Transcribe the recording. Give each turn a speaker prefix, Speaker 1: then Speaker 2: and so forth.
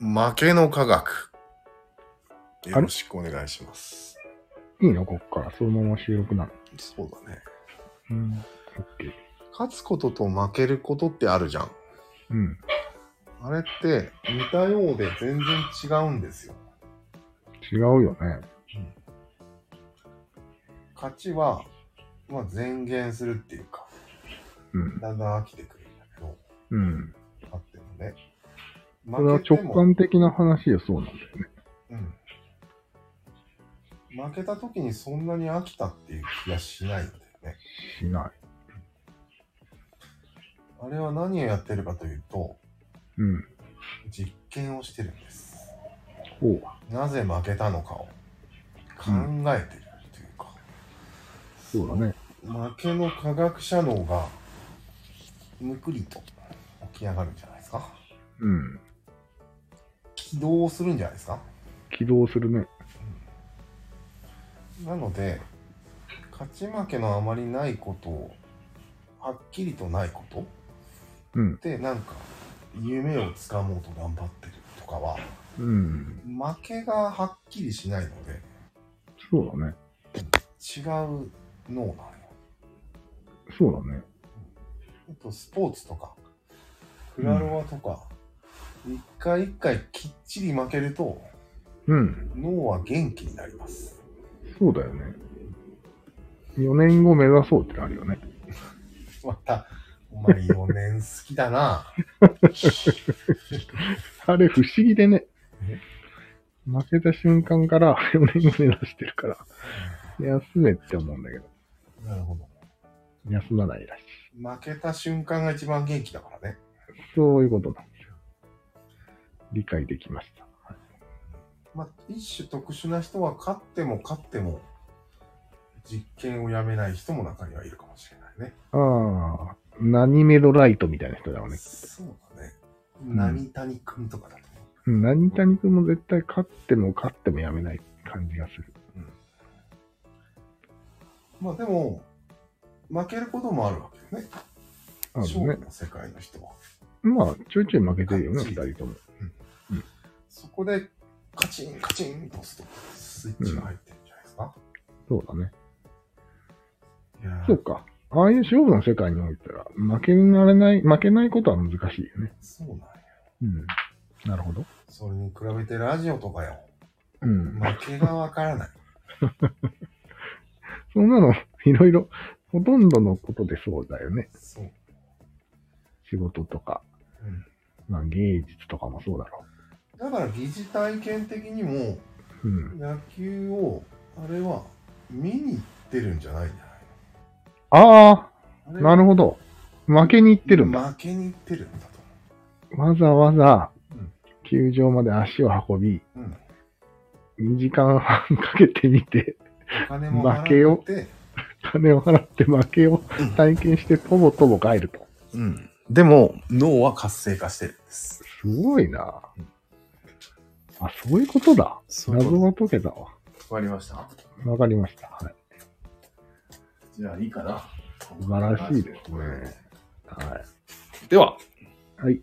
Speaker 1: 負けの科学。
Speaker 2: れ
Speaker 1: よろしくお願いします。
Speaker 2: いいのこっから。そのまま収録なの。
Speaker 1: そうだね。
Speaker 2: うん。オッケー。
Speaker 1: 勝つことと負けることってあるじゃん。
Speaker 2: うん。
Speaker 1: あれって似たようで全然違うんですよ。
Speaker 2: 違うよね。
Speaker 1: 勝ちは、まあ、前言するっていうか、
Speaker 2: うん。
Speaker 1: だんだん飽きてくるんだけど、
Speaker 2: うん。
Speaker 1: あってもね。
Speaker 2: それは
Speaker 1: 負けて
Speaker 2: 直
Speaker 1: も
Speaker 2: 感的な話でそうなんだよね。
Speaker 1: うん。負けた時にそんなに飽きたっていう気がしないんだよね。
Speaker 2: しない。
Speaker 1: あれは何をやってるかというと、
Speaker 2: うん。
Speaker 1: 実験をしてるんです。
Speaker 2: ほう。
Speaker 1: なぜ負けたのかを考えてるというか、
Speaker 2: そうだね。
Speaker 1: 負けの科学者脳がむくりと起き上がるんじゃないですか
Speaker 2: うん。
Speaker 1: 起動するんじゃないですか
Speaker 2: 起動するね。
Speaker 1: なので勝ち負けのあまりないことをはっきりとないことっ
Speaker 2: うん。
Speaker 1: てなんか夢をつかもうと頑張ってるとかは
Speaker 2: うん。
Speaker 1: 負けがはっきりしないので
Speaker 2: そうだね。
Speaker 1: 違う脳なのよ
Speaker 2: そうだね。
Speaker 1: あとスポーツとか、クラロワとか、一回一回きっちり負けると、
Speaker 2: うん。
Speaker 1: 脳は元気になります。
Speaker 2: そうだよね。4年後目指そうってのあるよね。
Speaker 1: また、お前4年好きだな。
Speaker 2: あれ不思議でね
Speaker 1: え。
Speaker 2: 負けた瞬間から4年後目指してるから、休めって思うんだけど、
Speaker 1: なるほど。
Speaker 2: 休まないらしい。
Speaker 1: 負けた瞬間が一番元気だからね。
Speaker 2: そういうことなんですよ。理解できました。
Speaker 1: まあ、一種特殊な人は勝っても勝っても、実験をやめない人も中にはいるかもしれないね。
Speaker 2: ああ、何メドライトみたいな人だよね。
Speaker 1: そうだね。
Speaker 2: ん
Speaker 1: 何谷君とかだと思う。
Speaker 2: うん何谷君も絶対勝っても勝ってもやめない感じがする。
Speaker 1: まあでも、負けることもあるわけだよね。
Speaker 2: あ
Speaker 1: 勝
Speaker 2: の
Speaker 1: 負
Speaker 2: ね。
Speaker 1: の世界の人は。
Speaker 2: まあ、ちょいちょい負けてるよね、二人とも。
Speaker 1: そこでカチンカチンと押すとスイッチが入ってるんじゃないですか。
Speaker 2: そうだね。
Speaker 1: いやー
Speaker 2: そうか。ああいう勝負の世界においては、負けられない、負けないことは難しいよね。
Speaker 1: そうなんや。
Speaker 2: うん。なるほど。
Speaker 1: それに比べてラジオとかよ、
Speaker 2: うん。
Speaker 1: 負けがわからない。
Speaker 2: そんなの、いろいろ、ほとんどのことでそうだよね。
Speaker 1: そう。
Speaker 2: 仕事とか、
Speaker 1: うん
Speaker 2: まあ芸術とかもそうだろ
Speaker 1: だから疑似体験的にも
Speaker 2: う。うん。
Speaker 1: 野球を、あれは見に行ってるんじゃないんじゃ
Speaker 2: あ
Speaker 1: な
Speaker 2: あ、
Speaker 1: い
Speaker 2: なるほど。負けに行ってるんだ。
Speaker 1: 負けに行ってるんだと
Speaker 2: わざわざ
Speaker 1: うん、
Speaker 2: 球場まで足を運び、
Speaker 1: 思う。うん。
Speaker 2: 2時間半かけてみて、
Speaker 1: お金も
Speaker 2: 負け
Speaker 1: 払
Speaker 2: よ
Speaker 1: って、
Speaker 2: 金を払って負けを体験して、とぼとぼ帰ると。
Speaker 1: うん。でも脳は活性化してるんです。
Speaker 2: すごいな。あ、そういうことだ。
Speaker 1: そういうこと
Speaker 2: 謎が解けたわ。
Speaker 1: わかりました。
Speaker 2: わかりました。はい。
Speaker 1: じゃあいいかな。
Speaker 2: 素晴らしいですね。はい。
Speaker 1: では、
Speaker 2: はい。